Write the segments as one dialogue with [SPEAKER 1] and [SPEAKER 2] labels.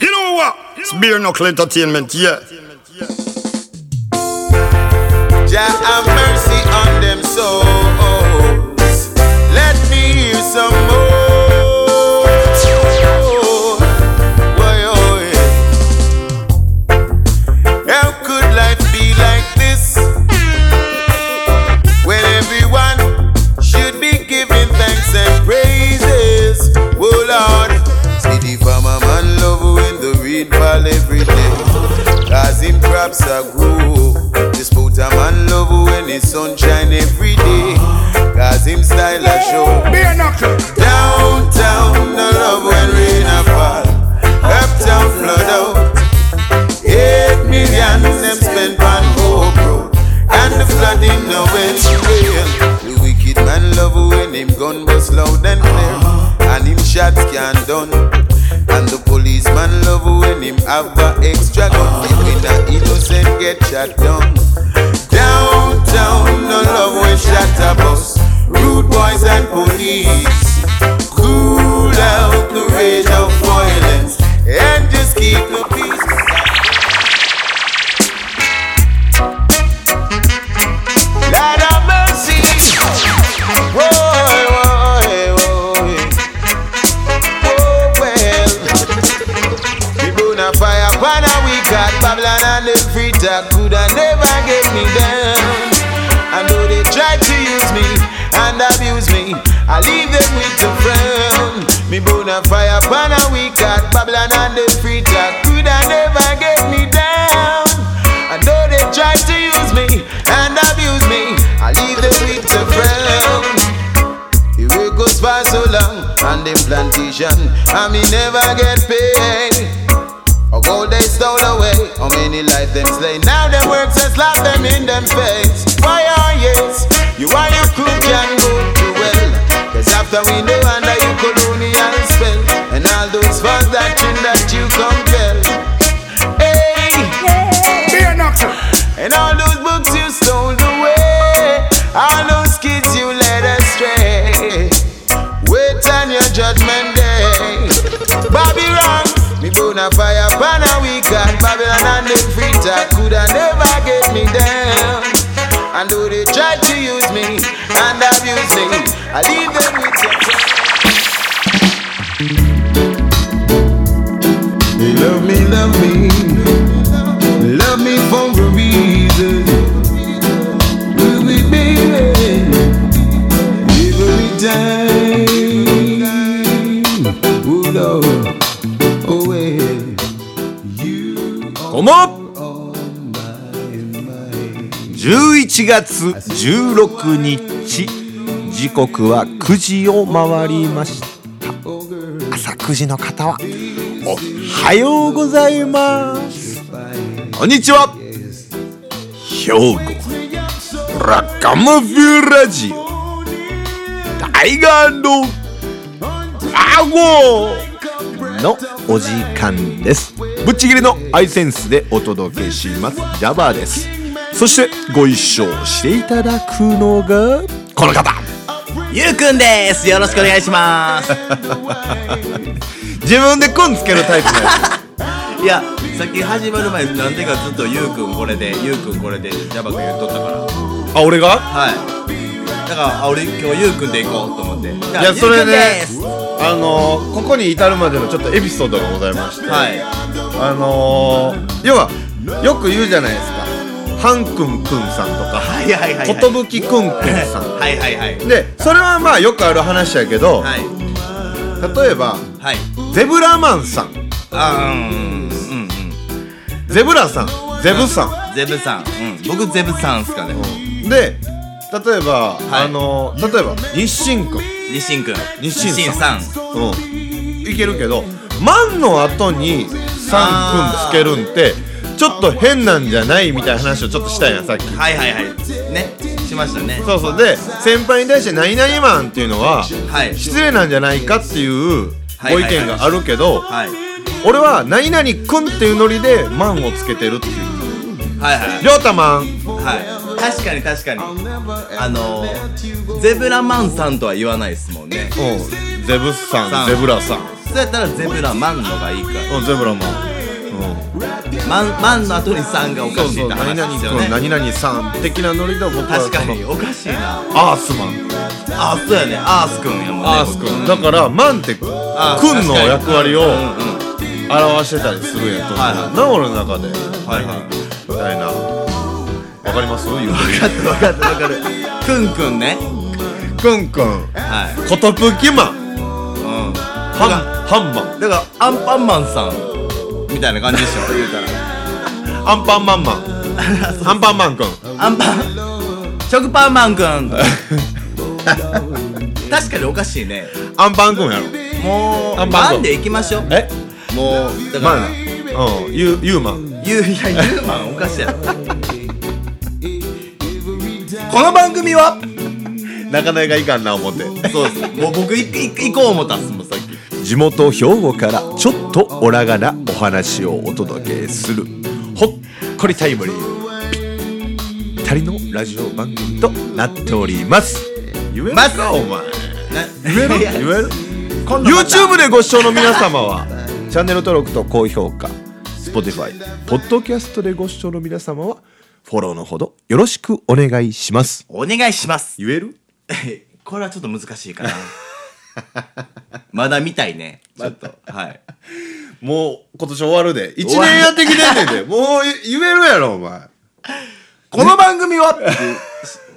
[SPEAKER 1] know what? It's bare knuckle entertainment, yeah.
[SPEAKER 2] Jah have mercy on them souls. Let me hear some more. Why, oh, yeah. How could life be like this when everyone should be giving thanks and praises? Oh Lord, see the farmer man love when the rain fall every day, cause him crops are grow. This boater man love when the sunshine every day, cause him style a show.
[SPEAKER 1] Bare knuckle.
[SPEAKER 2] Downtown, no love when rain a fall. Uptown, flood out. Eight million them spent on Hope Road. And the flooding now when real. The wicked man love when him gun bust loud and clear. And him shots can done. And the policeman love when him have a extra gun. If an innocent get shot down. Downtown, no love when shot a bus. Rude boys and police. Cool out the rage of violence and just keep the peace. Lord have mercy. Whoa, whoa, eh, whoa, eh. Oh, well. We burn a fire burn a we got Babylon and the Frita could have never get me down. I know they tried to use me and abuse me. I leave them with a frown. Me burn a fire burn a we got Babylon and the Frita could have never get me down. I know they tried to use me and abuse me. I leave them with a frown. The way goes by so long on them plantation, and me never get paid. Or gold they stole away, how many life them slay. Now them works and slap them in them face. Why are yes? You are your crew can go to well. Cause after we know under your colonial spell, and all those funds that you that you compel. Hey,
[SPEAKER 1] Bare knuckle.
[SPEAKER 2] and all those books you stole away, all those kids you led astray. Wait on your judgment day. Babylon, me burn a fire burn a week and Babylon and them frita coulda never get me down. And though they try to use me and abuse me, I leave them with your They love me, love me, love me for a reason. Will we be every time? Oh Lord, oh well, you
[SPEAKER 3] どうも
[SPEAKER 2] are
[SPEAKER 3] 11月16日時刻は9時を回りました朝9時の方はおはようございますこんにちは兵庫ラカマフュラジオタイガーのアゴのお時間ですぶっちぎりのアイセンスでお届けしますジャバーですそしてご一緒していただくのがこの方
[SPEAKER 4] ゆうくんですよろしくお願いします
[SPEAKER 3] 自分でくんつけるタイプのや
[SPEAKER 4] いやさっき始まる前なんでかずっとゆうくんこれでゆうくんこれでジャバくん言っとったから
[SPEAKER 3] つあ俺が
[SPEAKER 4] はいだからあ俺今日ゆうくんで行こうと思ってい
[SPEAKER 3] いやそれね
[SPEAKER 4] ゆうくんです
[SPEAKER 3] あのーここに至るまでのちょっとエピソードがございまして
[SPEAKER 4] は
[SPEAKER 3] あのー要はよく言うじゃないですかハンくんくんさんとか
[SPEAKER 4] いはいはいはいはい
[SPEAKER 3] 寿くんくんさん
[SPEAKER 4] はいはいはい
[SPEAKER 3] でそれはまあよくある話やけど、
[SPEAKER 4] はい
[SPEAKER 3] 例えば
[SPEAKER 4] はい
[SPEAKER 3] ゼブラマンさん
[SPEAKER 4] あーうんうん
[SPEAKER 3] ゼブラさんゼブさ
[SPEAKER 4] うんゼブさん、うん、僕ゼブさんっすかね
[SPEAKER 3] んで例えば、
[SPEAKER 4] は
[SPEAKER 3] あ
[SPEAKER 4] い
[SPEAKER 3] の例えば日清くん、
[SPEAKER 4] 日清くん
[SPEAKER 3] 日清さ
[SPEAKER 4] さん
[SPEAKER 3] うん、いけるけど万の後にさんくんつけるんってちょっと変なんじゃないみたいな話をちょっとしたんやさっき
[SPEAKER 4] はいはいはいねしましたね
[SPEAKER 3] そうそうで先輩に対して「何々マン」っていうのは
[SPEAKER 4] はい
[SPEAKER 3] 失礼なんじゃないかっていう
[SPEAKER 4] はい
[SPEAKER 3] ご
[SPEAKER 4] はい
[SPEAKER 3] 意
[SPEAKER 4] はい
[SPEAKER 3] 見があるけど
[SPEAKER 4] はい
[SPEAKER 3] 俺は「何々くん」っていうノリで「マン」をつけてるっていう
[SPEAKER 4] はいはい
[SPEAKER 3] りょうたまん
[SPEAKER 4] はい、確かに確かにあのーゼブラマンさんとは言わないですもんね
[SPEAKER 3] うんゼブさん
[SPEAKER 4] さん
[SPEAKER 3] ゼブラさん
[SPEAKER 4] そうやったらゼブラマンのがいいか
[SPEAKER 3] うんゼブラマン
[SPEAKER 4] マンマンの後にさんがおかしいって
[SPEAKER 3] 何
[SPEAKER 4] 話で
[SPEAKER 3] 々
[SPEAKER 4] すよ
[SPEAKER 3] 君、
[SPEAKER 4] ね
[SPEAKER 3] 何々さん的なノリで僕は
[SPEAKER 4] 確か
[SPEAKER 3] その
[SPEAKER 4] におかしいな
[SPEAKER 3] アースマン
[SPEAKER 4] あそうやねアースくんやもんね
[SPEAKER 3] アース君だからマンって君
[SPEAKER 4] あ
[SPEAKER 3] の役割を
[SPEAKER 4] うんうん
[SPEAKER 3] 表してたりするやんと思う
[SPEAKER 4] はいはい
[SPEAKER 3] な俺の中で
[SPEAKER 4] はいはい
[SPEAKER 3] みたいなわかります言うてる
[SPEAKER 4] 分かった分かるくんくんね
[SPEAKER 3] くんくん
[SPEAKER 4] はい
[SPEAKER 3] ことぶきマン
[SPEAKER 4] うん
[SPEAKER 3] ハンハンマン
[SPEAKER 4] だからアンパンマンさんみたいな感じでし ょ言うた
[SPEAKER 3] アンパンマンマンアンパンマンくん
[SPEAKER 4] らアンパン食パンマンく ん確かにおかしいね
[SPEAKER 3] アンパンくんやろ
[SPEAKER 4] もう
[SPEAKER 3] アンパン
[SPEAKER 4] マ
[SPEAKER 3] くん
[SPEAKER 4] ンでいきましょう
[SPEAKER 3] え
[SPEAKER 4] もうだか
[SPEAKER 3] マン
[SPEAKER 4] ら
[SPEAKER 3] うんユーユーマン
[SPEAKER 4] ゆういやゆうまんおかしいやろこの番組は
[SPEAKER 3] なかなかいかんな思って
[SPEAKER 4] そうですもう僕いい行こう思ったっすもんさっき
[SPEAKER 3] 地元兵庫からちょっとオラがなお話をお届けするほっこりタイムリーぴったりのラジオ番組となっております言える
[SPEAKER 4] ます
[SPEAKER 3] かお前
[SPEAKER 4] 言
[SPEAKER 3] 言える
[SPEAKER 4] 今度また
[SPEAKER 3] YouTube でご視聴の皆様はチャンネル登録と高評価 Spotify ポッドキャストでご視聴の皆様はフォローのほどよろしくお願いします
[SPEAKER 4] お願いします
[SPEAKER 3] 言える
[SPEAKER 4] これはちょっと難しいかな まだ見たいねちょっと はい
[SPEAKER 3] もう今年終わるで1年やってきてんねんでもう言えるやろお前
[SPEAKER 4] この番組はっ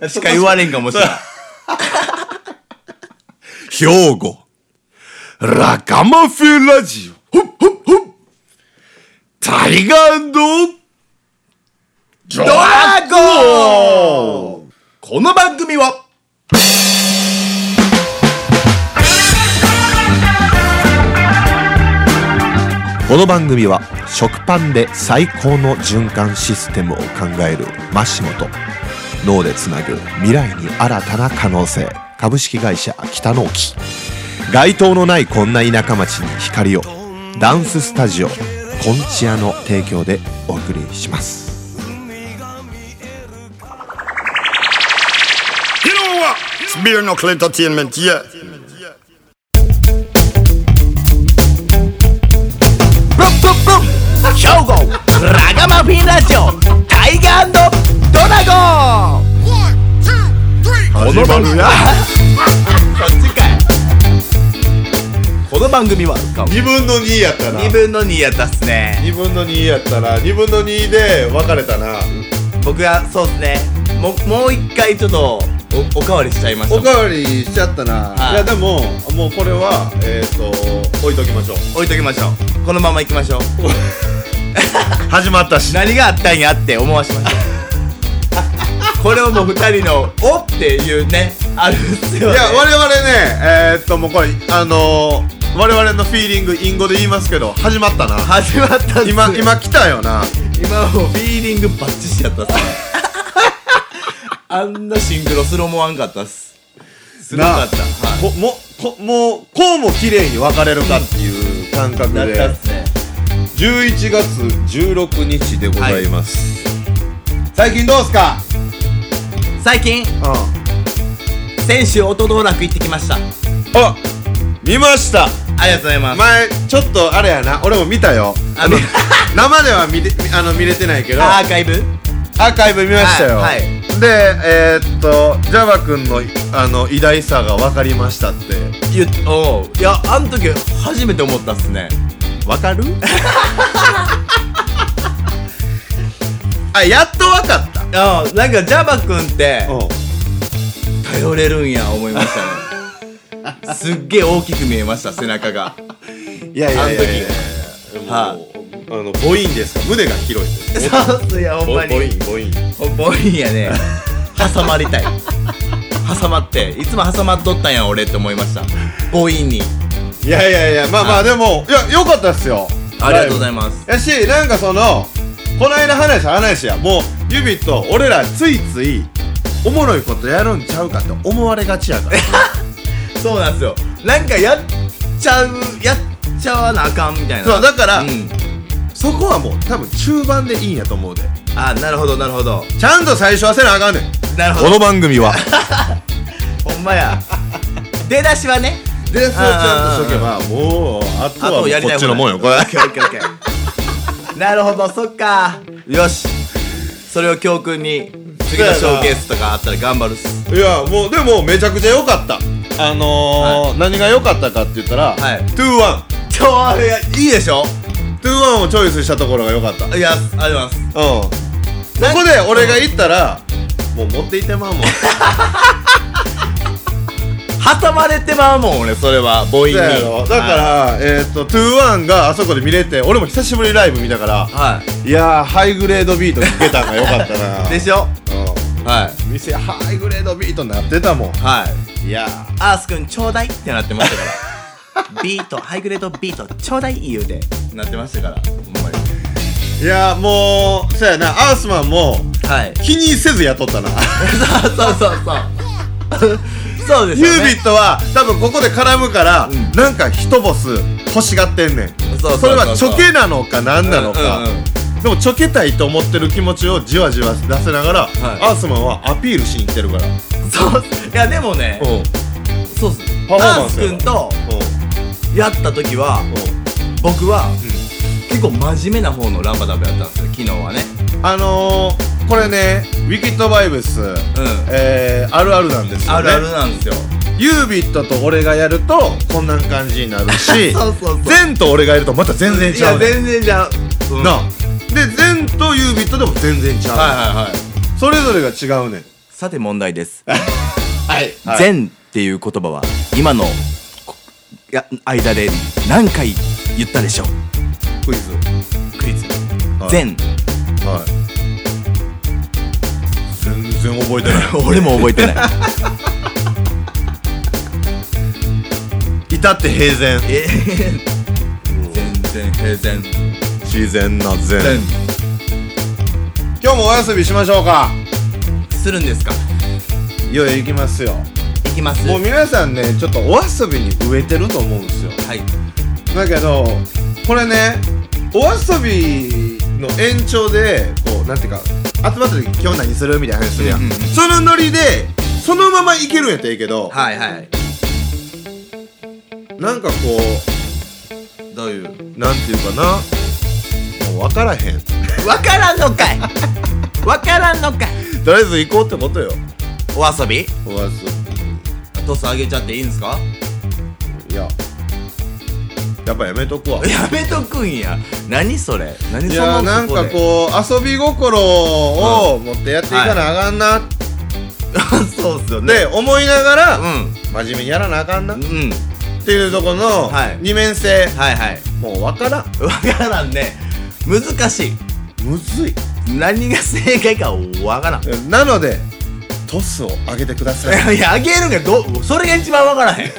[SPEAKER 4] てしか言われんかもしれない
[SPEAKER 3] 兵庫、ラカマフェラジオ、ほっほっほっタイガード
[SPEAKER 4] ドラゴンこの番組は
[SPEAKER 3] この番組は食パンで最高の循環システムを考えるマシモと脳でつなぐ未来に新たな可能性株式会社北の木街灯のないこんな田舎町に光をダンススタジオコンチアの提供でお送りします。
[SPEAKER 1] You know what? It's Beer Knuckle Entertainment, yeah.
[SPEAKER 4] ブンブンブン兵庫ラガマフィンラジオタイガードラゴン
[SPEAKER 1] One, two, three.
[SPEAKER 4] この番組はこっちかいこの番組は
[SPEAKER 3] 2分の2やったな
[SPEAKER 4] 2分の2やったっすね
[SPEAKER 3] 2分の2やったな2分の2で分かれたな
[SPEAKER 4] 僕はそうっすねももう一回ちょっとおおかわりしちゃいました
[SPEAKER 3] おかわりしちゃったな、
[SPEAKER 4] はい
[SPEAKER 3] い、やでももうこれはえっ、と置いときましょう
[SPEAKER 4] 置いときましょうこのまま行きましょう
[SPEAKER 3] 始まったし
[SPEAKER 4] 何があったんやって思わしました これをもう二人の「お」っていうねあるんすよ、
[SPEAKER 3] い
[SPEAKER 4] ね、
[SPEAKER 3] や我々ねえー、っともうこれあのー、我々のフィーリングイン語で言いますけど始まったな
[SPEAKER 4] 始まったっす
[SPEAKER 3] 今今来たよな
[SPEAKER 4] 今もうフィーリングバッチしやったっすねあんなシンクロスローもあんかったっすすご
[SPEAKER 3] な
[SPEAKER 4] かったはい
[SPEAKER 3] こもこもうこうも綺麗に分かれるかっていう感覚
[SPEAKER 4] なっ
[SPEAKER 3] で
[SPEAKER 4] たっすね
[SPEAKER 3] 11月16日でございます、最近どうすか
[SPEAKER 4] 最近
[SPEAKER 3] うん
[SPEAKER 4] 先週音道楽行ってきましたあ
[SPEAKER 3] あ見ました
[SPEAKER 4] りがとうございます、
[SPEAKER 3] 前ちょっとあれやな俺も見た よ
[SPEAKER 4] あ
[SPEAKER 3] あの
[SPEAKER 4] 見
[SPEAKER 3] 生では見れあの見れてないけどア
[SPEAKER 4] あアーカイブ
[SPEAKER 3] ーカイブ見ましたよ、
[SPEAKER 4] はいは
[SPEAKER 3] でえー、っとジャバ君のあの偉大さが分かりましたって
[SPEAKER 4] 言っおういやあの時初めて思ったっすね
[SPEAKER 3] 分 かるあやっと分かった
[SPEAKER 4] ああなんかジャバくんって
[SPEAKER 3] うん
[SPEAKER 4] 頼れるんや思いま したねすっげえ大きく見えました背中が
[SPEAKER 3] いやいやいやいや
[SPEAKER 4] あの
[SPEAKER 3] もうあの母音ですか胸が広い
[SPEAKER 4] そうっすいやほん
[SPEAKER 3] 母
[SPEAKER 4] ま
[SPEAKER 3] 音
[SPEAKER 4] に
[SPEAKER 3] 母音
[SPEAKER 4] ボボインやね挟まりたい挟まっていつも挟まっとったんや俺って思いましたボインに
[SPEAKER 3] いやいやいやまあまあでもいや良かったっすよ
[SPEAKER 4] ありがとうございます
[SPEAKER 3] やしなんかそのこないだ話した話やもう指と俺らついついおもろいことやるんちゃうかって思われがちやから
[SPEAKER 4] そうなんですよなんかやっちゃうやっちゃわなあかんみたいな
[SPEAKER 3] そうだから、
[SPEAKER 4] うん
[SPEAKER 3] そこはもう多分中盤でいいんやと思うで
[SPEAKER 4] あなるほどなるほど
[SPEAKER 3] ちゃんと最初はせなあかんねん
[SPEAKER 4] なるほど
[SPEAKER 3] の番組は
[SPEAKER 4] ほんまや出だしはね
[SPEAKER 3] でそれをちゃんとしとけばもうあと
[SPEAKER 4] あ
[SPEAKER 3] はも
[SPEAKER 4] と
[SPEAKER 3] う
[SPEAKER 4] やり
[SPEAKER 3] こ
[SPEAKER 4] たい
[SPEAKER 3] っちのもんよ
[SPEAKER 4] こ
[SPEAKER 3] これ
[SPEAKER 4] れオッケーオッケーオッケーなるほどそっかよしそれを教訓に次のショーケースとかあったら頑張るっす
[SPEAKER 3] いやもうでもめちゃくちゃ良かったあのー何が良かったかって言ったら、
[SPEAKER 4] はい
[SPEAKER 3] 2121
[SPEAKER 4] 今日はいやいいでしょ
[SPEAKER 3] をチョイスしたところが良かったうん
[SPEAKER 4] いやありがとうございます
[SPEAKER 3] ここで俺が行ったらもう持っていってまうもん
[SPEAKER 4] 挟まれてまうもん俺それは母音に
[SPEAKER 3] そうやろだから、えーっと21があそこで見れて俺も久しぶりにライブ見たから
[SPEAKER 4] はい
[SPEAKER 3] やーハイグレードビート聴けたんが良かった
[SPEAKER 4] い
[SPEAKER 3] な
[SPEAKER 4] でしょはい
[SPEAKER 3] うん店ハイグレードビートになってたもん
[SPEAKER 4] はい
[SPEAKER 3] いや
[SPEAKER 4] アースくんちょうだいってなってましたから ビートハイグレードビートちょうだい言うてなってましたからほんまに
[SPEAKER 3] ーいやーもうそうやなアースマンも
[SPEAKER 4] はい
[SPEAKER 3] 気にせず雇ったな
[SPEAKER 4] そうそうそうそうそうです
[SPEAKER 3] ユ
[SPEAKER 4] よ
[SPEAKER 3] ー
[SPEAKER 4] ね
[SPEAKER 3] ビットは多分ここで絡むから、
[SPEAKER 4] ん
[SPEAKER 3] なんか一ボス欲しがってんねん
[SPEAKER 4] そうそうそうそう
[SPEAKER 3] れはチョケなのか何なのか、
[SPEAKER 4] うんうんうん
[SPEAKER 3] でもチョケたいと思ってる気持ちをじわじわ出せながら、アースマンはアピールしに行ってるから、
[SPEAKER 4] そういやでもね
[SPEAKER 3] うん
[SPEAKER 4] そうっす
[SPEAKER 3] パフォー
[SPEAKER 4] ア
[SPEAKER 3] マ
[SPEAKER 4] ー
[SPEAKER 3] ン
[SPEAKER 4] ス
[SPEAKER 3] ス
[SPEAKER 4] くんとやった時は
[SPEAKER 3] う
[SPEAKER 4] 僕は、結構真面目な方のランバダブやったんですよ昨日はね
[SPEAKER 3] んあのー、これねウィキッドバイブス、えー、あるあるなんですよ、ね、
[SPEAKER 4] あるあるなんですよ
[SPEAKER 3] ユービットと俺がやるとこんな感じになるし
[SPEAKER 4] そうそうそう
[SPEAKER 3] ゼンと俺がやるとまた全然
[SPEAKER 4] い
[SPEAKER 3] 違
[SPEAKER 4] や
[SPEAKER 3] うねん
[SPEAKER 4] 全然じゃうん
[SPEAKER 3] なあでゼンとユービットでも全然違う、
[SPEAKER 4] はいはいはい
[SPEAKER 3] それぞれが違うねん
[SPEAKER 4] さて問題です
[SPEAKER 3] はい
[SPEAKER 4] 「善」っていう言葉は今のこいや間で何回言ったでしょう
[SPEAKER 3] クイズ
[SPEAKER 4] クイズ
[SPEAKER 3] はい
[SPEAKER 4] 善
[SPEAKER 3] はい全然覚えて な
[SPEAKER 4] 俺も覚えてない
[SPEAKER 3] い至って平然
[SPEAKER 4] え全然平然
[SPEAKER 3] 自然な
[SPEAKER 4] 善
[SPEAKER 3] 善今日もお休みしましょうか
[SPEAKER 4] するんですか
[SPEAKER 3] いよいよ行きますよ
[SPEAKER 4] いきます
[SPEAKER 3] もう
[SPEAKER 4] はい
[SPEAKER 3] 皆さんねちょっとお遊びに飢えてると思うんですよだけどこれねお遊びの延長でこうなんていうか集まった時今日何するみたいな話するやん、
[SPEAKER 4] うんうんうん
[SPEAKER 3] そのノリでそのままいけるんやったらいいけど、
[SPEAKER 4] はいはい
[SPEAKER 3] なんかこ
[SPEAKER 4] どういう
[SPEAKER 3] うなんていうかなもう分からへん
[SPEAKER 4] わからんのか いわからんのかい
[SPEAKER 3] とりあえず行こうってことよ
[SPEAKER 4] お遊び
[SPEAKER 3] おやす
[SPEAKER 4] トスあげちゃっていいんですか
[SPEAKER 3] いややっぱやめとくわ
[SPEAKER 4] やめとくんや何それ何
[SPEAKER 3] い
[SPEAKER 4] そ
[SPEAKER 3] や
[SPEAKER 4] の
[SPEAKER 3] なんかこう遊び心を持ってやっていかなあかんなっ
[SPEAKER 4] う そうっすよね
[SPEAKER 3] て思いながら、
[SPEAKER 4] うん
[SPEAKER 3] 真面目にやらなあかんなっ
[SPEAKER 4] うん
[SPEAKER 3] ていうとこの
[SPEAKER 4] はい
[SPEAKER 3] 二面性、
[SPEAKER 4] はいはい
[SPEAKER 3] もうわからん
[SPEAKER 4] わからんね難しい
[SPEAKER 3] むずい
[SPEAKER 4] 何が正解かわからん
[SPEAKER 3] なのでトスを上げてください
[SPEAKER 4] いやあげるけどどうそれが一番わからへ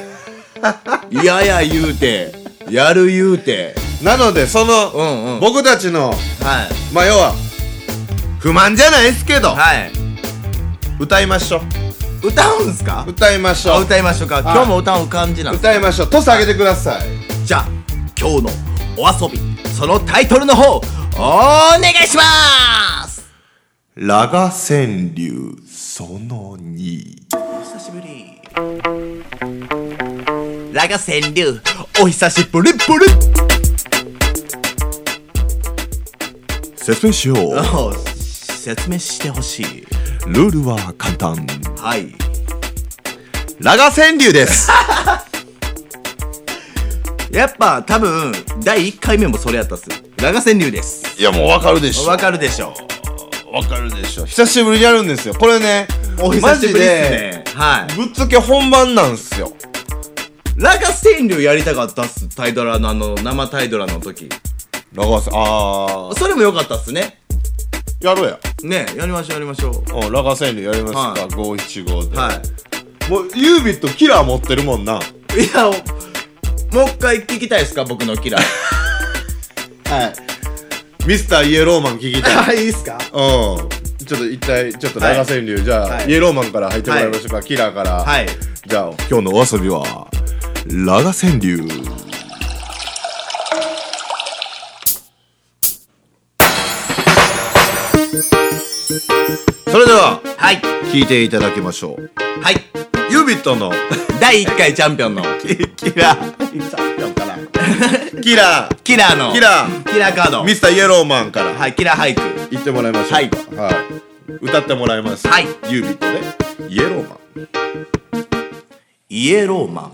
[SPEAKER 4] んいやや言うてやる言うて
[SPEAKER 3] なのでその、
[SPEAKER 4] うんうん
[SPEAKER 3] 僕たちの
[SPEAKER 4] はい
[SPEAKER 3] まあ要は不満じゃないですけど、
[SPEAKER 4] はい
[SPEAKER 3] 歌いましょ
[SPEAKER 4] 歌うんすか
[SPEAKER 3] う歌いまし
[SPEAKER 4] あ
[SPEAKER 3] ょう
[SPEAKER 4] 歌いましょうか今日も歌う感じなんです
[SPEAKER 3] 歌いましょうトス上げてください
[SPEAKER 4] じゃあ今日のお遊びそのタイトルの方お願いします
[SPEAKER 3] ラガ川柳その2
[SPEAKER 4] 久しぶりラガ川柳お久しぶりぶり
[SPEAKER 3] 説明しよう
[SPEAKER 4] あ説明してほしい
[SPEAKER 3] ルールは簡単
[SPEAKER 4] はい
[SPEAKER 3] ラガ川柳です
[SPEAKER 4] やっぱ多分第1回目もそれやったっすラガ川柳です
[SPEAKER 3] いやもうわかるでしょ
[SPEAKER 4] わかるでしょ
[SPEAKER 3] わかるでしょ 久しぶりにやるんですよこれね
[SPEAKER 4] お久しぶりですねは
[SPEAKER 3] マジでぶっつけ本番なんすよ
[SPEAKER 4] いラガ川柳やりたかったっすタイドラのあの生タイドラの時
[SPEAKER 3] ラガ川あ
[SPEAKER 4] それも良かったっすね
[SPEAKER 3] ーやろうや
[SPEAKER 4] ねやりましょうやりましょう
[SPEAKER 3] うんラガ川柳やります
[SPEAKER 4] は
[SPEAKER 3] か
[SPEAKER 4] い
[SPEAKER 3] 五一五で
[SPEAKER 4] はい
[SPEAKER 3] もうユービットキラー持ってるもんない
[SPEAKER 4] や、もう一回聞きたいですか、僕のキラー。はい。
[SPEAKER 3] ミスターイエローマン聞きたい
[SPEAKER 4] いいっす
[SPEAKER 3] う
[SPEAKER 4] か
[SPEAKER 3] んちょっと一体ちょっとラガ川柳じゃあ、
[SPEAKER 4] はい
[SPEAKER 3] イエローマンから入ってもらいましょうか、キラーから
[SPEAKER 4] はい。
[SPEAKER 3] じゃあ今日のお遊びはラガ川柳それでは
[SPEAKER 4] はい。
[SPEAKER 3] 聞いていただきましょう
[SPEAKER 4] はい。
[SPEAKER 3] ユービットの
[SPEAKER 4] 第1回チャンピオンの。
[SPEAKER 3] キラーチャンピオンからキラー
[SPEAKER 4] キラーの
[SPEAKER 3] キラー
[SPEAKER 4] キラーカード
[SPEAKER 3] ミスターイエローマンから
[SPEAKER 4] はいキラー俳句
[SPEAKER 3] 言ってもらいましょう
[SPEAKER 4] はい
[SPEAKER 3] はい歌ってもらいます
[SPEAKER 4] はい
[SPEAKER 3] ユービットねイエローマン
[SPEAKER 4] イエローマン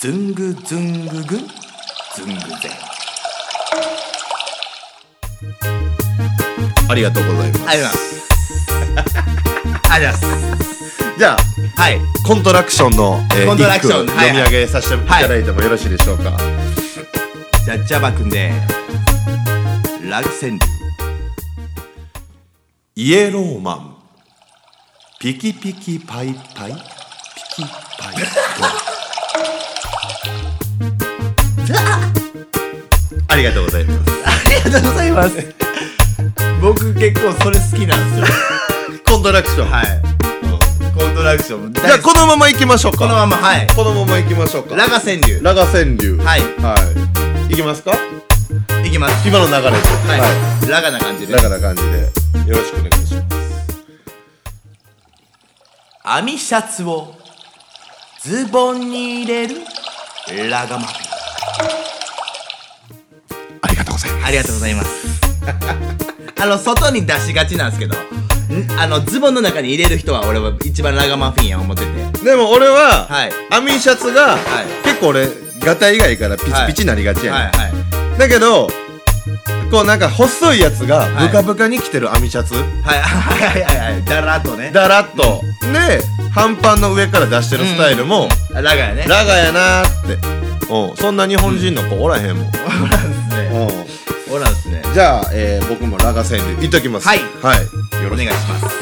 [SPEAKER 4] ズングズンググンズングゼン
[SPEAKER 3] ありがとうございます
[SPEAKER 4] ありがとうございますありがとうございま
[SPEAKER 3] じゃあ
[SPEAKER 4] すはい
[SPEAKER 3] コントラクションの、えー、
[SPEAKER 4] コントラクション
[SPEAKER 3] 一句を
[SPEAKER 4] はい
[SPEAKER 3] 読み上げさせていただいてもよろしいでしょうか、
[SPEAKER 4] じゃあジャバくんで落選流
[SPEAKER 5] イエローマンピキピキパイパイピキパイ
[SPEAKER 3] ありがとうございます
[SPEAKER 4] ありがとうございます僕結構それ好きなんですよ
[SPEAKER 3] コントラクション、
[SPEAKER 4] はい、コントラクションじ
[SPEAKER 3] じゃあこのまま行きましょうか
[SPEAKER 4] このままはい
[SPEAKER 3] このまま行きましょうか
[SPEAKER 4] ラガ川柳
[SPEAKER 3] ラガ川柳
[SPEAKER 4] はい
[SPEAKER 3] はい行きますか
[SPEAKER 4] いきます
[SPEAKER 3] 今の流れで
[SPEAKER 4] は、
[SPEAKER 3] はい
[SPEAKER 4] ラガな感じで
[SPEAKER 3] ラガな感じでよろしくお願いします
[SPEAKER 4] 網シャツをズボンに入れるラガマフィン
[SPEAKER 5] ありがとうございます
[SPEAKER 4] ありがとうございます あの外に出しがちなんですけどんあのズボンの中に入れる人は俺は一番ラガマフィンや思ってて
[SPEAKER 3] でも俺は、
[SPEAKER 4] はい
[SPEAKER 3] アミシャツが、
[SPEAKER 4] はい
[SPEAKER 3] 結構俺ガタイがいいからピチピチになりがちやねん、
[SPEAKER 4] はいはい
[SPEAKER 3] だけどこうなんか細いやつが
[SPEAKER 4] は
[SPEAKER 3] ブ
[SPEAKER 4] い
[SPEAKER 3] カブカに着てるアミシャツ、
[SPEAKER 4] はいはいはいはいはいだらっとね
[SPEAKER 3] だらっとで半パンの上から出してるスタイルも、
[SPEAKER 4] ラガやね
[SPEAKER 3] ラガやなーって、うん、そんな日本人の子おらへんもん、
[SPEAKER 4] おらんっすね
[SPEAKER 3] うん
[SPEAKER 4] おらんっすね
[SPEAKER 3] じゃあ、えー僕もラガ川柳いっときます
[SPEAKER 4] はい
[SPEAKER 3] はい、よ
[SPEAKER 4] お
[SPEAKER 3] ろし
[SPEAKER 4] 願い
[SPEAKER 3] く
[SPEAKER 4] します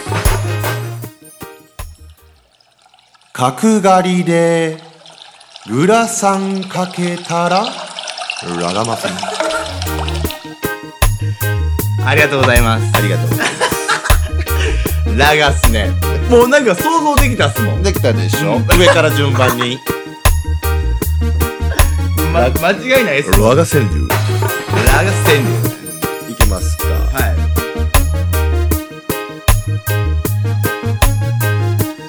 [SPEAKER 5] 角刈りでグラサンかけたらラガマフィン
[SPEAKER 4] ありがとうござい ますありがとうございますラガっすねもうなんか想像できたっすもん
[SPEAKER 3] できたでしょ、上から順番に
[SPEAKER 4] ま、間違いないっす
[SPEAKER 3] ラガ川柳
[SPEAKER 4] ラガ川柳
[SPEAKER 3] いきますか、
[SPEAKER 4] はい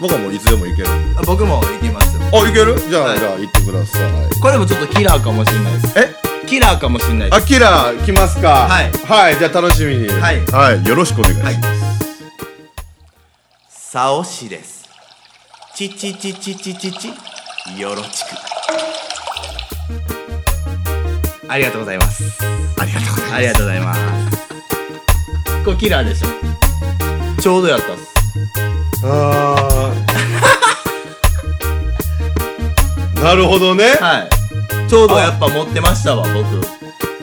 [SPEAKER 3] 僕はもういつでもいける
[SPEAKER 4] あ僕もいけますよ
[SPEAKER 3] あ、いけるじゃあ、
[SPEAKER 4] はい
[SPEAKER 3] じゃあ、行ってください。
[SPEAKER 4] これもちょっとキラーかもしれないです
[SPEAKER 3] え
[SPEAKER 4] キラーかもしれないで
[SPEAKER 3] ア
[SPEAKER 4] す
[SPEAKER 3] キラ、来ますか
[SPEAKER 4] はい
[SPEAKER 3] はい、じゃあ楽しみに。
[SPEAKER 4] はい
[SPEAKER 3] はい、よろしくお願いします。
[SPEAKER 4] サオシですチチチチチチチよろちくありがとうございます
[SPEAKER 5] ありがとうございま
[SPEAKER 4] ありがとうございますこれキラーでしょちょうどやったっす
[SPEAKER 3] あー。なるほどね。
[SPEAKER 4] はいちょうどやっぱ持ってましたわ僕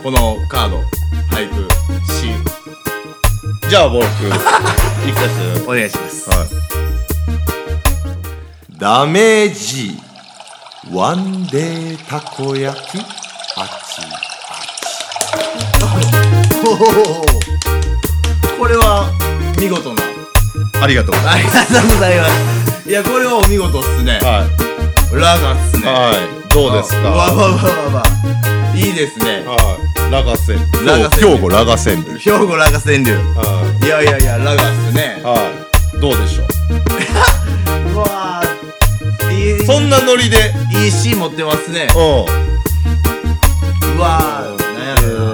[SPEAKER 4] このカード俳句詩
[SPEAKER 3] じゃあ、 僕、行きたいっ
[SPEAKER 4] お願いします
[SPEAKER 3] すはい。
[SPEAKER 5] すダメージワンデーたこ焼きあっち
[SPEAKER 4] これは見事な
[SPEAKER 3] ありがとうござい
[SPEAKER 4] ありがとうございますいやこれはお見事っすね
[SPEAKER 3] ます。
[SPEAKER 4] ラガっすね
[SPEAKER 3] はい。はい。どうですか
[SPEAKER 4] わわわわわわいいですね
[SPEAKER 3] はい。ラガ川柳。
[SPEAKER 4] ラガ川柳
[SPEAKER 3] 兵庫ラガ川柳。
[SPEAKER 4] 兵庫ラガ川柳
[SPEAKER 3] はい
[SPEAKER 4] やいやいやラガっすね
[SPEAKER 3] い。はい。どうでしょう
[SPEAKER 4] うわーいい
[SPEAKER 3] そんなノリで。
[SPEAKER 4] いいシーン持ってますね
[SPEAKER 3] うん。
[SPEAKER 4] うわーなんやろな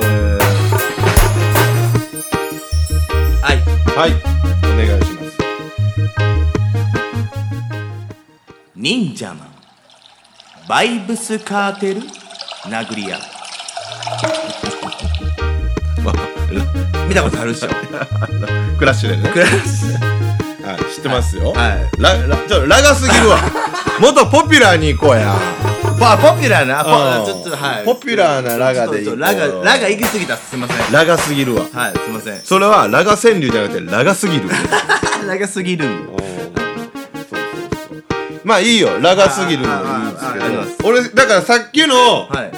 [SPEAKER 4] はい
[SPEAKER 3] はい。お願いします。
[SPEAKER 4] 忍者マンバイブスカーテル殴り合う見たことあるでしょ
[SPEAKER 3] クラッシュでね。
[SPEAKER 4] クラス
[SPEAKER 3] はい、知ってますよ。。
[SPEAKER 4] はい
[SPEAKER 3] ラ、ラ、ちょ、ラがすぎるわ。 もっとポピュラーに行こうや。
[SPEAKER 4] まあポピュラーな
[SPEAKER 3] うん
[SPEAKER 4] ポちょっとはい
[SPEAKER 3] ポピュラーなラガでいい
[SPEAKER 4] ちょっとラガラガ行き過ぎたすいませんは
[SPEAKER 3] ラがすぎるわ。
[SPEAKER 4] いすいません
[SPEAKER 3] それはラが川柳じゃなくてラがすぎる。
[SPEAKER 4] ラガすぎる
[SPEAKER 3] まあいいよ。ラがすぎるのもいいん
[SPEAKER 4] ああああありがとうござい
[SPEAKER 3] ですけど。俺、だからさっきの、
[SPEAKER 4] はい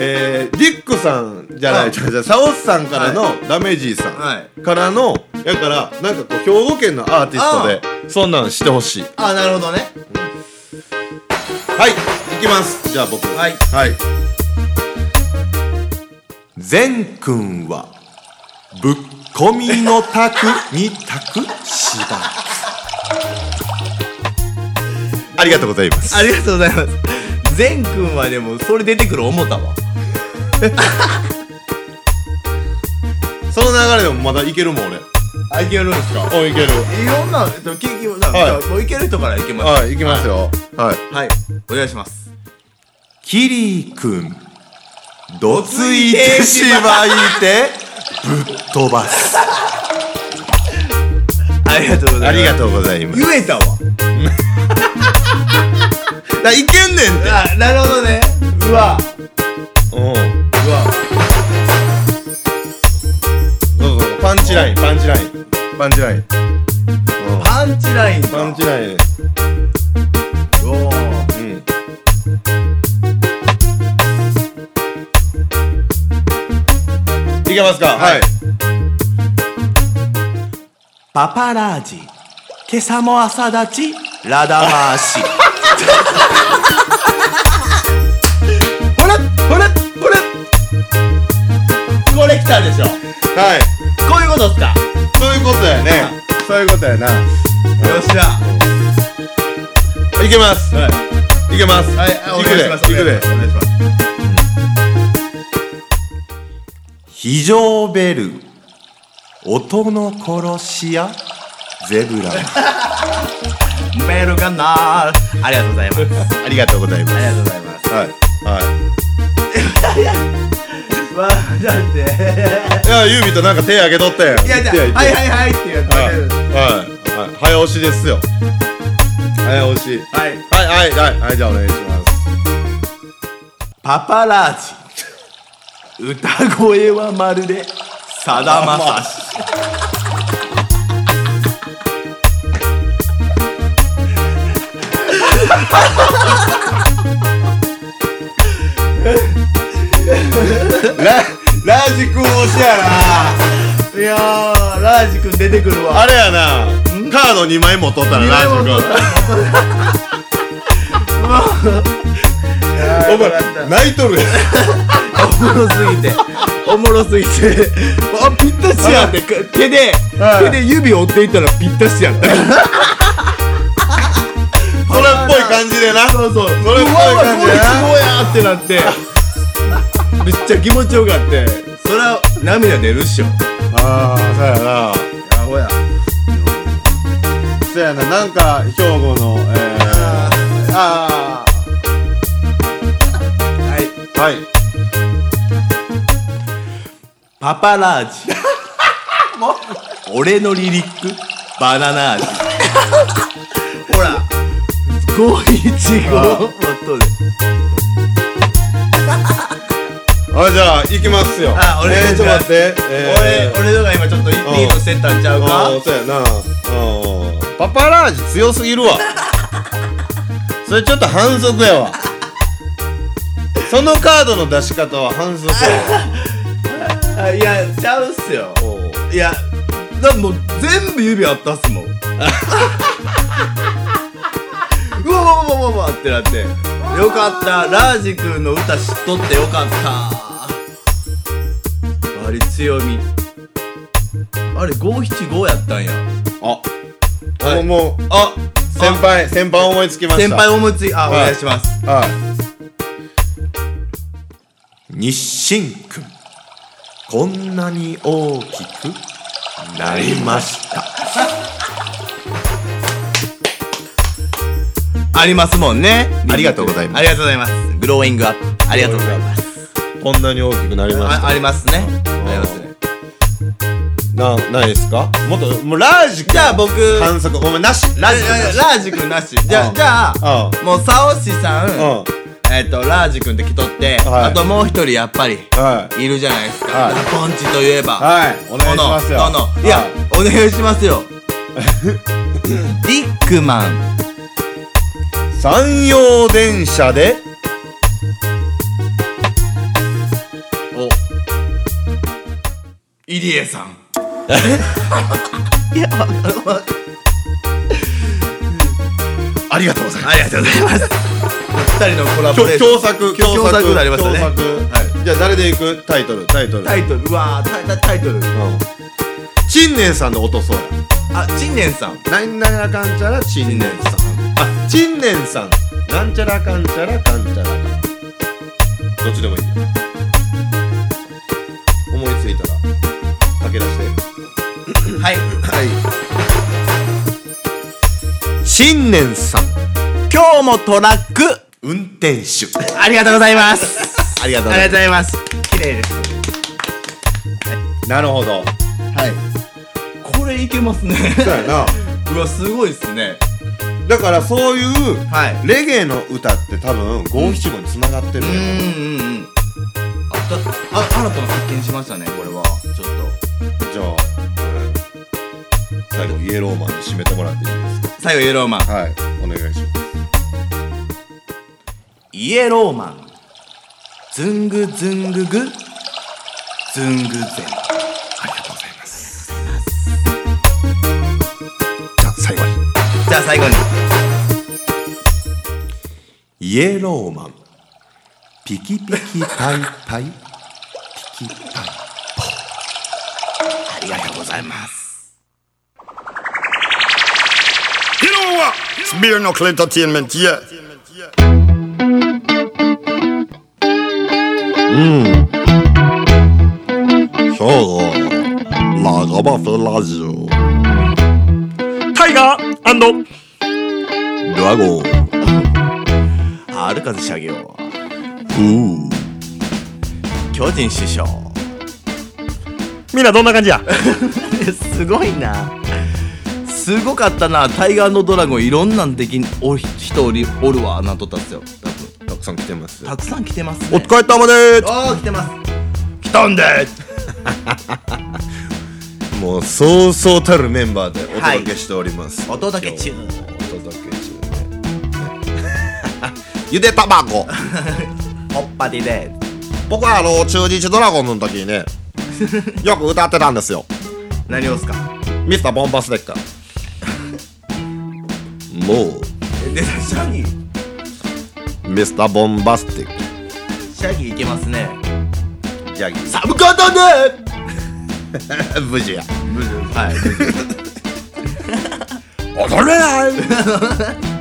[SPEAKER 3] えー、ディックさんじゃな、
[SPEAKER 4] はいい
[SPEAKER 3] じゃあじゃあサオスさんからの、
[SPEAKER 4] は
[SPEAKER 3] ダメージー
[SPEAKER 4] は
[SPEAKER 3] さ
[SPEAKER 4] い
[SPEAKER 3] んからの、やから、なんかこう、兵庫県のアーティストで、そんなんしてほしい。
[SPEAKER 4] あなるほどね
[SPEAKER 3] はい、行きます。じゃあ僕。
[SPEAKER 4] はい
[SPEAKER 3] はい。
[SPEAKER 5] ゼンくんはぶっこみのタクにタクしば
[SPEAKER 3] ありがとうございます。
[SPEAKER 4] ありがとうございます善くんはでもそれ出てくる思ったわ
[SPEAKER 3] その流れでもまだいけるもん俺
[SPEAKER 4] あ、いけるんですか
[SPEAKER 3] おいける
[SPEAKER 4] いろんな、えっと、聞き、なん
[SPEAKER 3] はい
[SPEAKER 4] か、もういける人からいけます。
[SPEAKER 3] はいいきますよはい
[SPEAKER 4] はい。お願いします。
[SPEAKER 5] キリくん、どついてしまい て、ぶっ飛ばす。
[SPEAKER 4] ありがとうございます。
[SPEAKER 3] とうございま
[SPEAKER 4] 言えたわ。
[SPEAKER 3] だいけんねんって
[SPEAKER 4] あ、なるほどね。うわ。
[SPEAKER 3] うん
[SPEAKER 4] うわ。
[SPEAKER 3] そうそうパンチラインパンチラインパンチラインうん
[SPEAKER 4] パンチラインか。
[SPEAKER 3] パンチライン
[SPEAKER 4] おー
[SPEAKER 3] うんいけますかはい
[SPEAKER 5] パパラージ、今朝も朝立ち、ラダマーシ。
[SPEAKER 3] ほらほらほら
[SPEAKER 4] これ来たでしょ。
[SPEAKER 3] はい
[SPEAKER 4] こういうことっすか。
[SPEAKER 3] そういうことやねそういうことやな
[SPEAKER 4] よっしゃ。
[SPEAKER 3] いけます
[SPEAKER 4] はい。
[SPEAKER 3] いけます
[SPEAKER 4] はい、あお願いします。
[SPEAKER 3] いくで
[SPEAKER 4] お願いします。
[SPEAKER 5] 非常ベル、音の殺し屋、ゼブラ。
[SPEAKER 4] メールがなーありがとうござ います。
[SPEAKER 3] ありがとうございます
[SPEAKER 4] あり
[SPEAKER 3] は
[SPEAKER 4] がとうございます。
[SPEAKER 3] いは
[SPEAKER 4] わー、だって。
[SPEAKER 3] いいやユーミンとなんか手あげとったやん
[SPEAKER 4] いや、じゃあ、
[SPEAKER 3] 手挙げて
[SPEAKER 4] はいはいはいっていうの
[SPEAKER 3] はいはいはい早押しですよ早押し
[SPEAKER 4] は
[SPEAKER 3] は
[SPEAKER 4] い。
[SPEAKER 3] いはいはいはいじゃあお願いします
[SPEAKER 5] パパラージ、歌声はまるで、さだまさし。
[SPEAKER 3] ララジ君押しや
[SPEAKER 4] いやー、ラージくん出てくる
[SPEAKER 3] な
[SPEAKER 4] わ。
[SPEAKER 3] あれやなカード2枚も取ったらラジ君 お
[SPEAKER 4] おもろかっ
[SPEAKER 3] 前泣いとるやん
[SPEAKER 4] たおもろすぎて。おもろすぎて。あ、ぴったしやって、か手で、
[SPEAKER 3] はい
[SPEAKER 4] 手で指折っていったらぴったしやった。
[SPEAKER 3] それっぽい感じでな
[SPEAKER 4] そうそう。
[SPEAKER 3] それっぽい感じ
[SPEAKER 4] う
[SPEAKER 3] や
[SPEAKER 4] わうわこいつどうやってなって。めっちゃ気持ちよかって。それは涙出るっしょ。
[SPEAKER 3] ああそうや
[SPEAKER 4] やほや。
[SPEAKER 3] なそうやななんか兵庫のえー、あ
[SPEAKER 4] はい。
[SPEAKER 3] あはい
[SPEAKER 5] パパラージ。俺のリリック、バナナ味。
[SPEAKER 4] ほら。
[SPEAKER 5] 五一五。
[SPEAKER 3] あじゃあ行きますよ
[SPEAKER 4] あお願い
[SPEAKER 3] えー、ち
[SPEAKER 4] します
[SPEAKER 3] ょっと待って、え
[SPEAKER 4] 俺、俺のが今ちょっとリードしてたんちゃう
[SPEAKER 3] あ
[SPEAKER 4] か
[SPEAKER 3] あそうやなうんパパラージ強すぎるわそれちょっと反則やわそのカードの出し方は反則やわ
[SPEAKER 4] あいや、ちゃうっすよ。
[SPEAKER 3] おう
[SPEAKER 4] いや、だもう全部指あったっすもん。 うわわわわわわってなって。よかった、ラージ君の歌知っとってよかった。あれ強み。あれ五七五やったんや。
[SPEAKER 3] あ、
[SPEAKER 4] はい
[SPEAKER 3] もうもう
[SPEAKER 4] あ、
[SPEAKER 3] 先輩先輩思いつきました
[SPEAKER 4] 先輩思いつい、あ、お
[SPEAKER 3] はい
[SPEAKER 4] 願いします。
[SPEAKER 3] は
[SPEAKER 5] 日清くん、こんなに大きくなりました。
[SPEAKER 4] ありますもんね。
[SPEAKER 5] ありがとうございます
[SPEAKER 4] ありがとうございます。グローイングアップ。ありがとうございます。
[SPEAKER 3] いこんなに大きくなりまし
[SPEAKER 4] あ
[SPEAKER 3] た
[SPEAKER 4] ありますね。ありますね。
[SPEAKER 3] なないですかもっともうラージ
[SPEAKER 4] じゃあ僕、
[SPEAKER 3] 反則ごめんなし
[SPEAKER 4] ラ
[SPEAKER 3] ラ
[SPEAKER 4] ー
[SPEAKER 3] ージ
[SPEAKER 4] ジ君ラージ君なし。じゃ
[SPEAKER 3] う
[SPEAKER 4] あ、
[SPEAKER 3] ん
[SPEAKER 4] じゃあ、
[SPEAKER 3] う
[SPEAKER 4] もう、サオシさ
[SPEAKER 3] う
[SPEAKER 4] ん、
[SPEAKER 3] ん
[SPEAKER 4] えっ、と、ラージ君って来とって、
[SPEAKER 3] はい
[SPEAKER 4] あともう一人やっぱり、、
[SPEAKER 3] はい
[SPEAKER 4] るじゃないですか。
[SPEAKER 3] はい
[SPEAKER 4] だからポンチといえば。
[SPEAKER 3] はいお願いしますよ
[SPEAKER 4] どの、どの。いや、お願いします よ。ディックマン。
[SPEAKER 3] 山陽電車で
[SPEAKER 4] お。入江さん。
[SPEAKER 3] ありがとうござい
[SPEAKER 4] ありがとうございます。二人のコラボレーション。
[SPEAKER 3] 共作
[SPEAKER 4] 共共作になりましたね
[SPEAKER 3] 共作
[SPEAKER 4] は
[SPEAKER 3] じゃあ誰でいくタイトルタイトル
[SPEAKER 4] タイトル、うわータイタイトル。
[SPEAKER 3] うん陳年さんの音そうや
[SPEAKER 4] あ、陳年さん。
[SPEAKER 3] なんならかんちゃら陳年さんあ陳年さんなんちゃらかんちゃらかんちゃらかんどっちでもいいよ新年さん
[SPEAKER 4] 今日もトラック
[SPEAKER 3] 運転手
[SPEAKER 4] ありがとうございます。
[SPEAKER 3] ありがとう
[SPEAKER 4] あ
[SPEAKER 3] ござい
[SPEAKER 4] りがと
[SPEAKER 3] う
[SPEAKER 4] ございます。綺麗です。
[SPEAKER 3] ますなるほど
[SPEAKER 4] はい。これいけますね。
[SPEAKER 3] そうやな
[SPEAKER 4] うわ、すごいですね。
[SPEAKER 3] だからそういう、
[SPEAKER 4] はい
[SPEAKER 3] レゲエの歌って多分五七五につながってる
[SPEAKER 4] う
[SPEAKER 3] のよ
[SPEAKER 4] んうんうん。あ、だあ、新たな発見しましたね、これは。ちょっ
[SPEAKER 3] じゃあ、うん最後イエローマンで締めてもらっていいです
[SPEAKER 4] と。最後、イエローマン。
[SPEAKER 3] かはいお願いします
[SPEAKER 4] イエローマン。ズングズンググ。ズングゼン。
[SPEAKER 5] さ最後に
[SPEAKER 4] じゃあ最後に。
[SPEAKER 5] イエローマンピキピキパイパイピキパイ
[SPEAKER 4] ありがとうございます。
[SPEAKER 1] You know what? It's bare knuckle entertainment, yeah.
[SPEAKER 5] ラガバフラジオ
[SPEAKER 6] タイガー
[SPEAKER 5] ドラゴン
[SPEAKER 4] あるかず社業。
[SPEAKER 5] フー
[SPEAKER 4] 巨人師匠。
[SPEAKER 6] みんなどんな感じや
[SPEAKER 4] すごいな。すごかったな。タイガードラゴン、いろんなんできん、おひ、人おり、おるわ、なんとったっすよ。多分。
[SPEAKER 3] たくさん来てます
[SPEAKER 4] たくさん来てます、ね。
[SPEAKER 5] お疲れ様で
[SPEAKER 4] おー来てます来たんです
[SPEAKER 3] もうそうそうたるメンバーでお
[SPEAKER 4] はい
[SPEAKER 3] 届けしております、
[SPEAKER 4] お届け中
[SPEAKER 3] 今日もお届け中ね
[SPEAKER 5] ゆで 卵
[SPEAKER 4] おっぱりで
[SPEAKER 5] 僕はあの中日ドラゴンの時に ねよく歌ってたんですよ
[SPEAKER 4] 何をっすか
[SPEAKER 5] ミスターボンバステッカ ーも
[SPEAKER 4] でシャギ
[SPEAKER 5] うミスターボンバステッカー
[SPEAKER 4] シャギいけますね
[SPEAKER 3] ジャギ
[SPEAKER 4] サムカタで
[SPEAKER 3] ー無事や
[SPEAKER 4] はい
[SPEAKER 5] 踊れない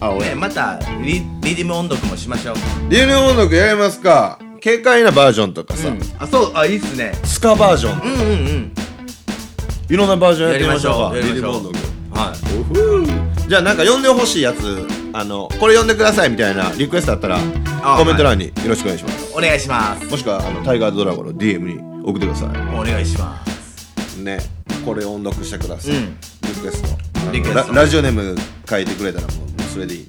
[SPEAKER 3] あお
[SPEAKER 4] ねまたリリズム音読もしましょう
[SPEAKER 3] リル音楽やりますか軽快なバージョンとかさ、
[SPEAKER 4] あそうあいいっすね
[SPEAKER 3] スカバージョン
[SPEAKER 4] うんうんうん
[SPEAKER 3] いろんなバージョンやってみましょうか
[SPEAKER 4] やりましょう
[SPEAKER 3] リル音楽
[SPEAKER 4] は
[SPEAKER 3] じゃあなんか呼んでほしいやつあのこれ呼んでくださいみたいなリクエストあったら
[SPEAKER 4] あ
[SPEAKER 3] コメント欄によろしくお願いします、
[SPEAKER 4] いお願いします
[SPEAKER 3] もしくはあのタイガードラゴンの DM に送ってくださ
[SPEAKER 4] お願いします
[SPEAKER 3] いねこれ音読してください、
[SPEAKER 4] うん
[SPEAKER 3] リクエストあの
[SPEAKER 4] リクエスト
[SPEAKER 3] ララジオネーム書いてくれたらもうそれでいい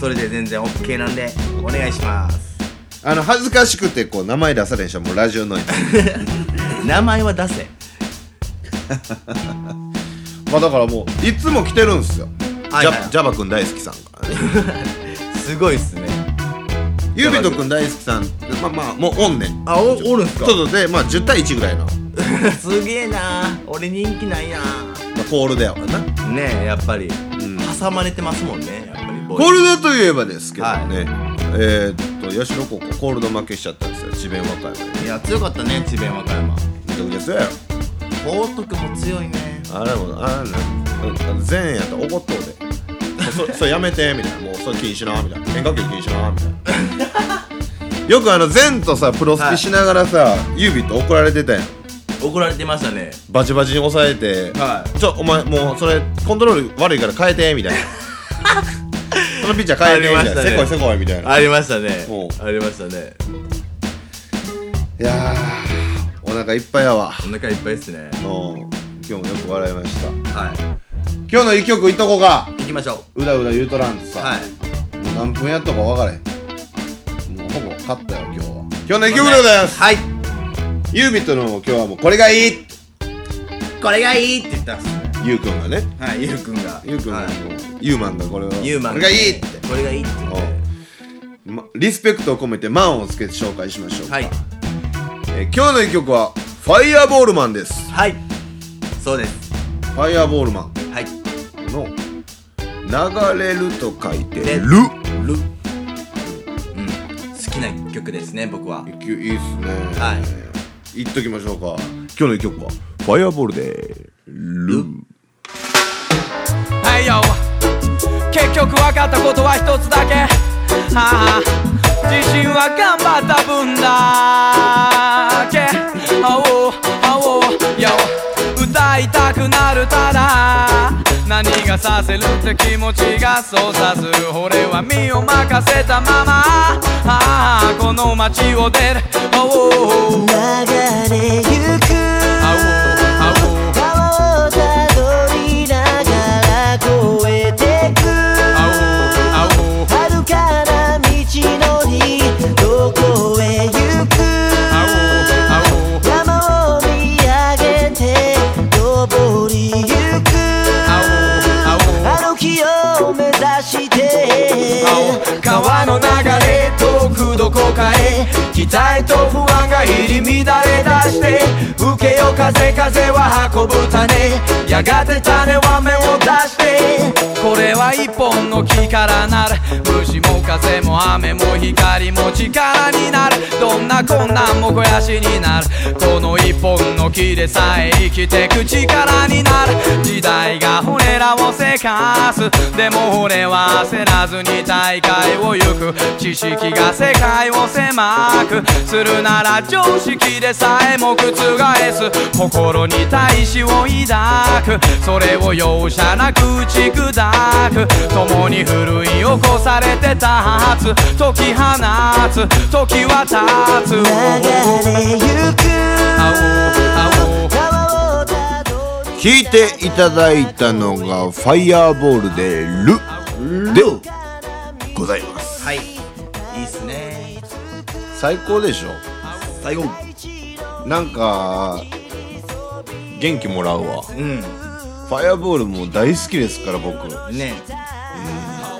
[SPEAKER 4] それで全然 OK なんでお願いします
[SPEAKER 3] あの恥ずかしくてこう名前出されんしゃもうラジオ の
[SPEAKER 4] 名前は出せ
[SPEAKER 3] まあだからもういつも来てるんすよ、
[SPEAKER 4] はいはい
[SPEAKER 3] ジャジャバくん大好きさんから ね
[SPEAKER 4] すごいっすね
[SPEAKER 3] ゆびとくん大好きさんまあまあもうおんねん
[SPEAKER 4] あおおるんすか
[SPEAKER 3] ちょっとでまあ10対1ぐらいの、ま
[SPEAKER 4] すげえな俺人気ないな
[SPEAKER 3] あ、コールだよな
[SPEAKER 4] ねえやっぱり、
[SPEAKER 3] ん
[SPEAKER 4] 挟まれてますもんねやっぱりボー
[SPEAKER 3] コー
[SPEAKER 4] ル
[SPEAKER 3] ルドといえばですけど
[SPEAKER 4] はい
[SPEAKER 3] ね、えー、っと吉野高校コールド負けしちゃったんですよ智弁和歌山に
[SPEAKER 4] いや強かったね智弁和歌山
[SPEAKER 3] めちゃくちゃ強いやろ
[SPEAKER 4] 報徳も強いね
[SPEAKER 3] あれもあれあの前やったら怒っとうでもうそそれやめてみたいなもうそれ禁止なみたいな変化球禁止なみたいなよくあの前とさプロスピしながらさ、指と怒られてたやん
[SPEAKER 4] 怒られてましたね
[SPEAKER 3] バチバチに押さえて、
[SPEAKER 4] はい
[SPEAKER 3] ちょお前もうそれコントロール悪いから変えてみたいなそのピッチャー変えてみたいな、
[SPEAKER 4] あ
[SPEAKER 3] せ
[SPEAKER 4] りましたね
[SPEAKER 3] こいせこいみたいな
[SPEAKER 4] ありましたね
[SPEAKER 3] おう
[SPEAKER 4] ありましたね
[SPEAKER 3] いやーお腹いっぱいやわ
[SPEAKER 4] お腹いっぱいっすね
[SPEAKER 3] うん今日もよく笑いました
[SPEAKER 4] は
[SPEAKER 3] 今日の一曲いっとこうか
[SPEAKER 4] い行きましょ
[SPEAKER 3] うだうだ言うとらんと
[SPEAKER 4] う
[SPEAKER 3] さ、
[SPEAKER 4] はい
[SPEAKER 3] もう何分やったか分からへんもうほぼ勝ったよ今日は今日の一曲でございます
[SPEAKER 4] はい
[SPEAKER 3] ユービットの今日はもうこれがいいって
[SPEAKER 4] これがいいって言ったんすね
[SPEAKER 3] ユウくんがね
[SPEAKER 4] はいゆうくんが
[SPEAKER 3] ユウくんが
[SPEAKER 4] はい
[SPEAKER 3] もうユーマンがこれを
[SPEAKER 4] ゆうまん
[SPEAKER 3] これがいいって
[SPEAKER 4] これがいいって言って
[SPEAKER 3] うんまリスペクトを込めて満をつけて紹介しましょう、
[SPEAKER 4] はい
[SPEAKER 3] えー今日の一曲はファイアボールマンです
[SPEAKER 4] はいそうです
[SPEAKER 3] ファイアボールマン
[SPEAKER 4] はい
[SPEAKER 3] の流れると書いて
[SPEAKER 4] で
[SPEAKER 3] る
[SPEAKER 4] ルうん好きな曲ですね僕はい
[SPEAKER 3] いっすね
[SPEAKER 4] はい
[SPEAKER 3] 言っときましょうか今日の一曲はファイアボールでルー
[SPEAKER 7] はいよ結局分かったことは一つだけああ自信は頑張った分だけあおうあおうよ歌いたくなるただ何がさせるって気持ちがそうさす俺は身を任せたままああこの街を出る Oh,
[SPEAKER 8] 流れゆ
[SPEAKER 7] oh, oh,
[SPEAKER 8] く
[SPEAKER 7] oh.
[SPEAKER 8] 川をたどりながら越えてく遥かな道のりどこへ行く山を見上げて登りゆくあの日を目指して
[SPEAKER 7] 川の流れ遠くどこかへ期待と不安が入り乱れ出して受けよ風風は運ぶ種やがて種は芽を出してこれは一本の木からなる虫も風も雨も光も力になるどんな困難も肥やしになるこの一本の木でさえ生きてく力になる時代が俺らをせかすでも俺は焦らずに大会を行く知識が世界を狭くするなら常識でさえも覆す心に対しを抱くそれを容赦なく打ち砕く共に奮い起こされて立つ解き放つ時は経つ
[SPEAKER 8] 流れゆく川をたどり
[SPEAKER 3] 聞いていただいたのが「ファイヤーボール」で「ル」でございます
[SPEAKER 4] はいいいっすね
[SPEAKER 3] 最高でしょ
[SPEAKER 4] 最後
[SPEAKER 3] なんか元気もらうわ
[SPEAKER 4] うん
[SPEAKER 3] ファイヤーボールも大好きですから僕フ
[SPEAKER 4] ね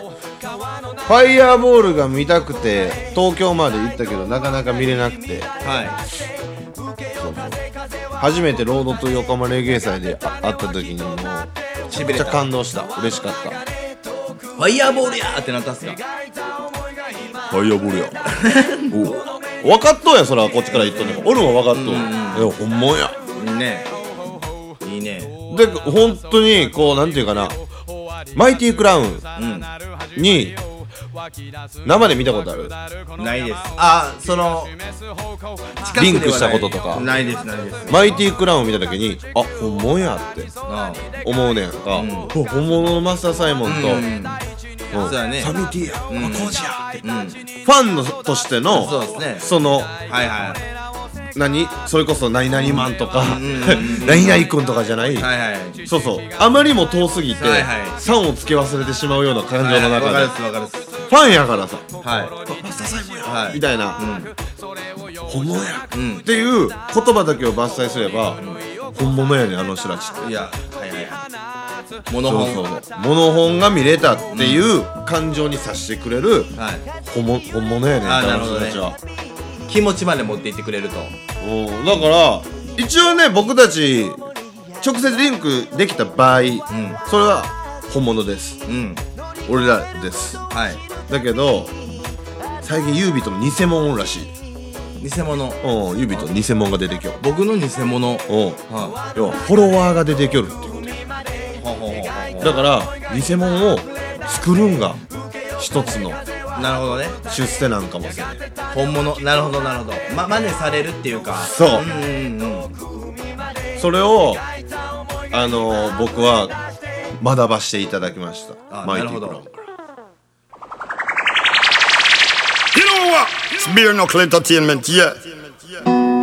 [SPEAKER 3] ァイヤーボールが見たくて東京まで行ったけどなかなか見れなくて
[SPEAKER 4] はい
[SPEAKER 3] 初めてロードと横浜レゲエ祭であ会った時にもうめっちゃ感動した嬉しかった
[SPEAKER 4] ファイヤーボールやーってなったっす か
[SPEAKER 3] ファイヤーボールやお分かっとんやそらこっちから言っとんねん俺も分かっとんいやほんまや
[SPEAKER 4] ねいいね
[SPEAKER 3] で本当にこうなんていうかなマイティクラウン
[SPEAKER 4] うん
[SPEAKER 3] に生で見たことある
[SPEAKER 4] ないですあその近くではない
[SPEAKER 3] リンクしたこととか
[SPEAKER 4] ないですないです
[SPEAKER 3] マイティクラウンを見た時にあ本物やって
[SPEAKER 4] あ
[SPEAKER 3] 思うねんか、
[SPEAKER 4] うん
[SPEAKER 3] ほ本物のマスター・サイモンと、
[SPEAKER 4] うん
[SPEAKER 3] うん
[SPEAKER 4] そうだね
[SPEAKER 3] サミティや、あコージやって
[SPEAKER 4] うん
[SPEAKER 3] ファンのとしての
[SPEAKER 4] そうですね
[SPEAKER 3] その
[SPEAKER 4] はいはい
[SPEAKER 3] 何それこそ「何々マン」とか
[SPEAKER 4] ん
[SPEAKER 3] 「 何々君」とかじゃない、
[SPEAKER 4] はいはい
[SPEAKER 3] そうそうあまりも遠すぎて、
[SPEAKER 4] はいはい
[SPEAKER 3] さんをつけ忘れてしまうような感情の
[SPEAKER 4] わ
[SPEAKER 3] 中
[SPEAKER 4] か
[SPEAKER 3] で、
[SPEAKER 4] るっすわかるっす
[SPEAKER 3] ファンやからさ
[SPEAKER 4] はいマスター最後やはい
[SPEAKER 3] みたいな、本物や、
[SPEAKER 4] ん
[SPEAKER 3] っていう言葉だけを伐採すれば、本物やねあの人たちって
[SPEAKER 4] いやはいはいモノ
[SPEAKER 3] そう
[SPEAKER 4] ホ
[SPEAKER 3] そう
[SPEAKER 4] ン
[SPEAKER 3] そう物本が見れたっていう感情にさしてくれる、
[SPEAKER 4] はい
[SPEAKER 3] 本物本物やねん
[SPEAKER 4] あー
[SPEAKER 3] あの人
[SPEAKER 4] な
[SPEAKER 3] た
[SPEAKER 4] る
[SPEAKER 3] ち
[SPEAKER 4] ほど
[SPEAKER 3] は、
[SPEAKER 4] 気持ちまで持っていってくれると
[SPEAKER 3] うんだから一応ね僕たち直接リンクできた場合、それは本物です
[SPEAKER 4] うん
[SPEAKER 3] 俺らです
[SPEAKER 4] はい
[SPEAKER 3] だけど最近ユービとも偽物おるらしい
[SPEAKER 4] 偽物
[SPEAKER 3] うんユービと偽物が出てきょる
[SPEAKER 4] 僕の偽物
[SPEAKER 3] うん
[SPEAKER 4] は
[SPEAKER 3] 要はフォロワーが出てきょるっていうこと
[SPEAKER 4] いほうほうほうほう
[SPEAKER 3] だから偽物を作るんが一つの
[SPEAKER 4] なるほどね
[SPEAKER 3] 出世なんかもしれない
[SPEAKER 4] 本物なるほどなるほどま真似されるっていうか
[SPEAKER 3] そう
[SPEAKER 4] うんうんうん
[SPEAKER 3] それをあの僕は学ばしていただきました
[SPEAKER 4] あ
[SPEAKER 3] マイ
[SPEAKER 4] な
[SPEAKER 3] テ
[SPEAKER 4] る
[SPEAKER 3] ィク
[SPEAKER 4] ほ
[SPEAKER 3] ラウンか
[SPEAKER 4] ど
[SPEAKER 3] ら
[SPEAKER 1] You know what? Smear Knuckle Entertainment, yeah.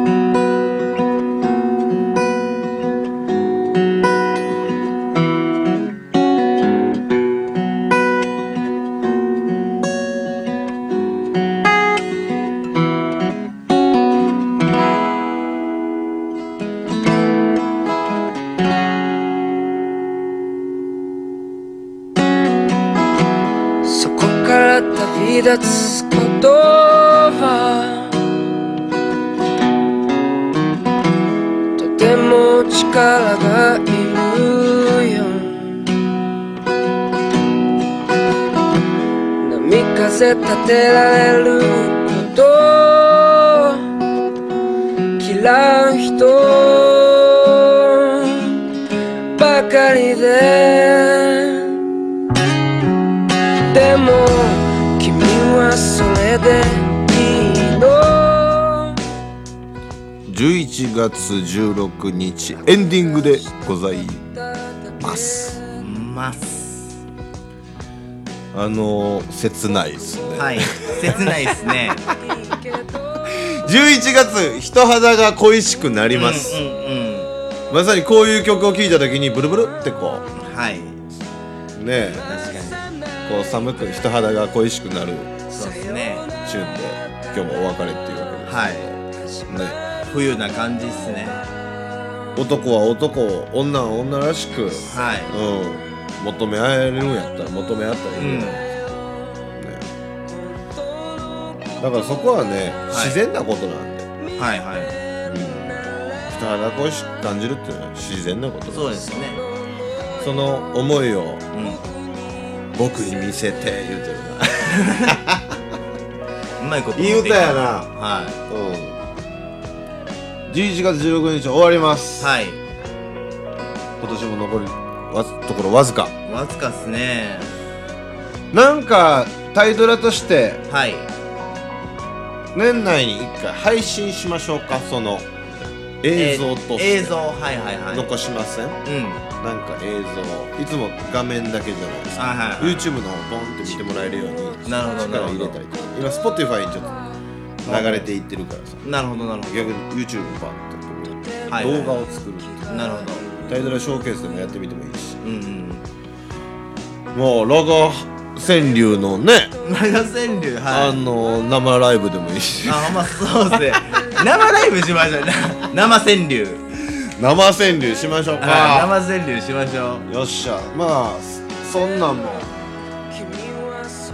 [SPEAKER 9] 「そこから旅立つことは」「とても力がいるよ」「波風立てられること」「嫌う人ばかりで」でも君はそれでいいの
[SPEAKER 3] 11月16日エンディングでござい
[SPEAKER 9] だだけ
[SPEAKER 3] ます
[SPEAKER 4] うーます
[SPEAKER 10] あのー、切ないですね
[SPEAKER 4] はい切ないですね
[SPEAKER 3] 11月人肌が恋しくなります、
[SPEAKER 4] うんうん
[SPEAKER 3] まさにこういう曲を聴いた時にブルブルってこ
[SPEAKER 4] うんはいう
[SPEAKER 3] ね
[SPEAKER 4] 確かに
[SPEAKER 3] こう寒く人肌が恋しくなる
[SPEAKER 4] そうですね
[SPEAKER 3] チューンで今日もお別れっていうわけです、
[SPEAKER 4] はい
[SPEAKER 3] ね、
[SPEAKER 4] 冬な感じですね
[SPEAKER 3] 男は男を女は女らしく、うん、
[SPEAKER 4] はい
[SPEAKER 3] 求め合えるんやったら求め合ったら
[SPEAKER 4] う
[SPEAKER 3] いい
[SPEAKER 4] ん
[SPEAKER 3] ね、だからそこはね、
[SPEAKER 4] はい
[SPEAKER 3] 自然なことなんで
[SPEAKER 4] はいはい
[SPEAKER 3] 人肌恋しく感じるっていうのは自然なことなん
[SPEAKER 4] そうですね
[SPEAKER 3] その思いを
[SPEAKER 4] うん
[SPEAKER 3] 僕に見せて言うてるな
[SPEAKER 4] うまいこと
[SPEAKER 3] いい歌やな
[SPEAKER 4] は
[SPEAKER 3] うん11月16日終わります、
[SPEAKER 4] いはい
[SPEAKER 3] 今年も残りわずところわずか
[SPEAKER 4] わずかっすね
[SPEAKER 3] なんかタイトルとして
[SPEAKER 4] はい
[SPEAKER 3] 年内に1回配信しましょうかその映像として、
[SPEAKER 4] えー映像はいはいはい
[SPEAKER 3] 残しません
[SPEAKER 4] うん
[SPEAKER 3] なんか映像いつも画面だけじゃないですか
[SPEAKER 4] はいはいはい
[SPEAKER 3] YouTube の方ボンって見てもらえるように
[SPEAKER 4] なるほど
[SPEAKER 3] 力を入れたりとか今 Spotify にちょっと流れていってるからさ
[SPEAKER 4] なるほどなるほ
[SPEAKER 3] 逆に YouTube バンって
[SPEAKER 4] ど、
[SPEAKER 3] や
[SPEAKER 4] は
[SPEAKER 3] って
[SPEAKER 4] いはい
[SPEAKER 3] 動画を作るっていう
[SPEAKER 4] なるほど
[SPEAKER 3] タイトルショーケースでもやってみてもいいし
[SPEAKER 4] うん
[SPEAKER 3] もうロゴ川柳のね、
[SPEAKER 4] うん長川柳はい
[SPEAKER 3] あの生ライブでもいいし
[SPEAKER 4] あ、ほんまそう っすね。生ライブしましょう。生川柳。
[SPEAKER 3] 生川柳しましょう
[SPEAKER 4] はい
[SPEAKER 3] か
[SPEAKER 4] 生川柳しましょ
[SPEAKER 3] よっしゃまあそんなんも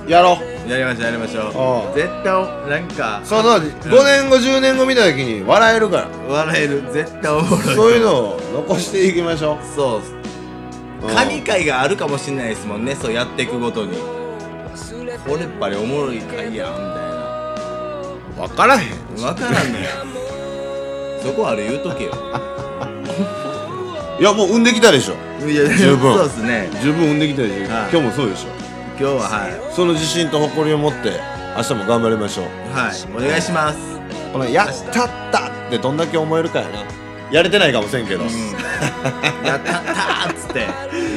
[SPEAKER 3] やろう
[SPEAKER 4] う。やりましょう、やりましょ
[SPEAKER 3] ああ
[SPEAKER 4] う。絶対、なんか、
[SPEAKER 3] その5年後10年後見た時に笑えるから
[SPEAKER 4] 笑える。絶対おも ろい。
[SPEAKER 3] そういうのを残していきましょ
[SPEAKER 4] そうっす。
[SPEAKER 3] ううん
[SPEAKER 4] 神回があるかもしれないですもんね、そうやっていくごとに。これっぱりおもろい回やん、み
[SPEAKER 3] 分からへん
[SPEAKER 4] たいな。わからんのや。そこあれ言うと けよ。
[SPEAKER 3] いやもう産んできたでしょ
[SPEAKER 4] いや、
[SPEAKER 3] 十分
[SPEAKER 4] そうっすね。
[SPEAKER 3] 十分産んできたでしょ、
[SPEAKER 4] は
[SPEAKER 3] 今
[SPEAKER 4] い
[SPEAKER 3] 日もそうでし
[SPEAKER 4] 今日は、はい。
[SPEAKER 3] ょその自信と誇りを持って明日も頑張りましょう
[SPEAKER 4] はい。お願いします。
[SPEAKER 3] この「やったった!」ってどんだけ思えるかやなやれてないかもしれんけど、
[SPEAKER 4] うん。やったったーっつって。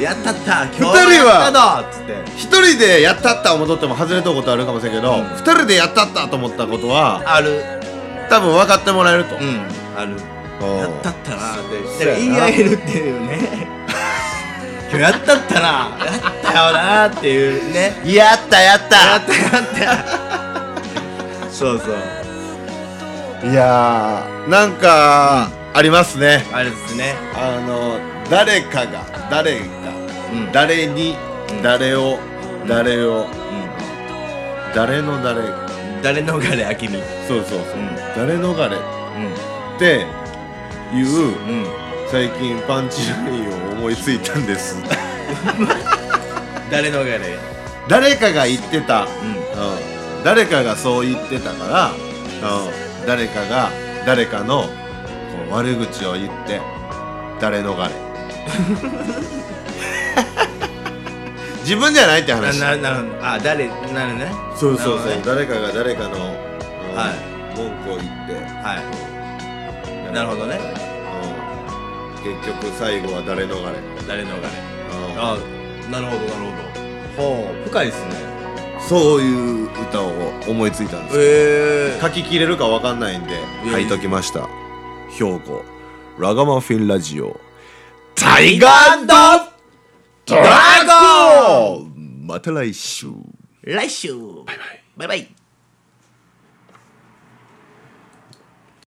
[SPEAKER 4] やったったー今日も
[SPEAKER 3] 二人は
[SPEAKER 4] やったのっつって。
[SPEAKER 3] 一人でやったった思っとっても外れたことあるかもしれんけど、二人でやったったと思ったことは
[SPEAKER 4] ある。
[SPEAKER 3] 多分分かってもらえると、
[SPEAKER 4] うん、ある。
[SPEAKER 3] うん
[SPEAKER 4] やったったなっ
[SPEAKER 3] そ
[SPEAKER 4] て。
[SPEAKER 3] うやな
[SPEAKER 4] 言い合えるっていうね。 今日やったったな。やったよなっていうね。
[SPEAKER 3] やったやった
[SPEAKER 4] やったやった。そうそう。
[SPEAKER 3] いやーなんかありますね
[SPEAKER 4] あれですね。
[SPEAKER 3] あの誰かが誰が
[SPEAKER 4] うん。
[SPEAKER 3] 誰に
[SPEAKER 4] うん
[SPEAKER 3] 誰を誰を
[SPEAKER 4] う
[SPEAKER 3] 誰の誰
[SPEAKER 4] ん。誰のがれあきみ。うん。。
[SPEAKER 3] そうそうそううん誰の誰っていう
[SPEAKER 4] うん。
[SPEAKER 3] 最近パンチラインを思いついたんです
[SPEAKER 4] 誰のがれ。
[SPEAKER 3] 誰かが言ってた、
[SPEAKER 4] う。
[SPEAKER 3] うんん、誰かがそう言ってたから、うん、誰かが誰かのこう悪口を言って誰逃れ 自分じゃないって話
[SPEAKER 4] な、な、な、あ、誰、なるね。
[SPEAKER 3] そうそうそう、
[SPEAKER 4] な
[SPEAKER 3] 誰
[SPEAKER 4] るほどね
[SPEAKER 3] かが誰かの、
[SPEAKER 4] は
[SPEAKER 3] はい、文句を言って
[SPEAKER 4] はい。なるほどね。
[SPEAKER 3] うん結局最後は誰逃れ、
[SPEAKER 4] 誰のが
[SPEAKER 3] う
[SPEAKER 4] れ。
[SPEAKER 3] ん
[SPEAKER 4] あ、なるほど、なるほど。ほう、深いですね。
[SPEAKER 3] そういう歌を思いついたんです
[SPEAKER 4] え
[SPEAKER 3] 書ききれるかわかんないんで
[SPEAKER 4] いや
[SPEAKER 3] 書いときました兵庫ラガマフィンラジオタイガードドラゴンまた来週
[SPEAKER 4] 来週バイバイバイバイ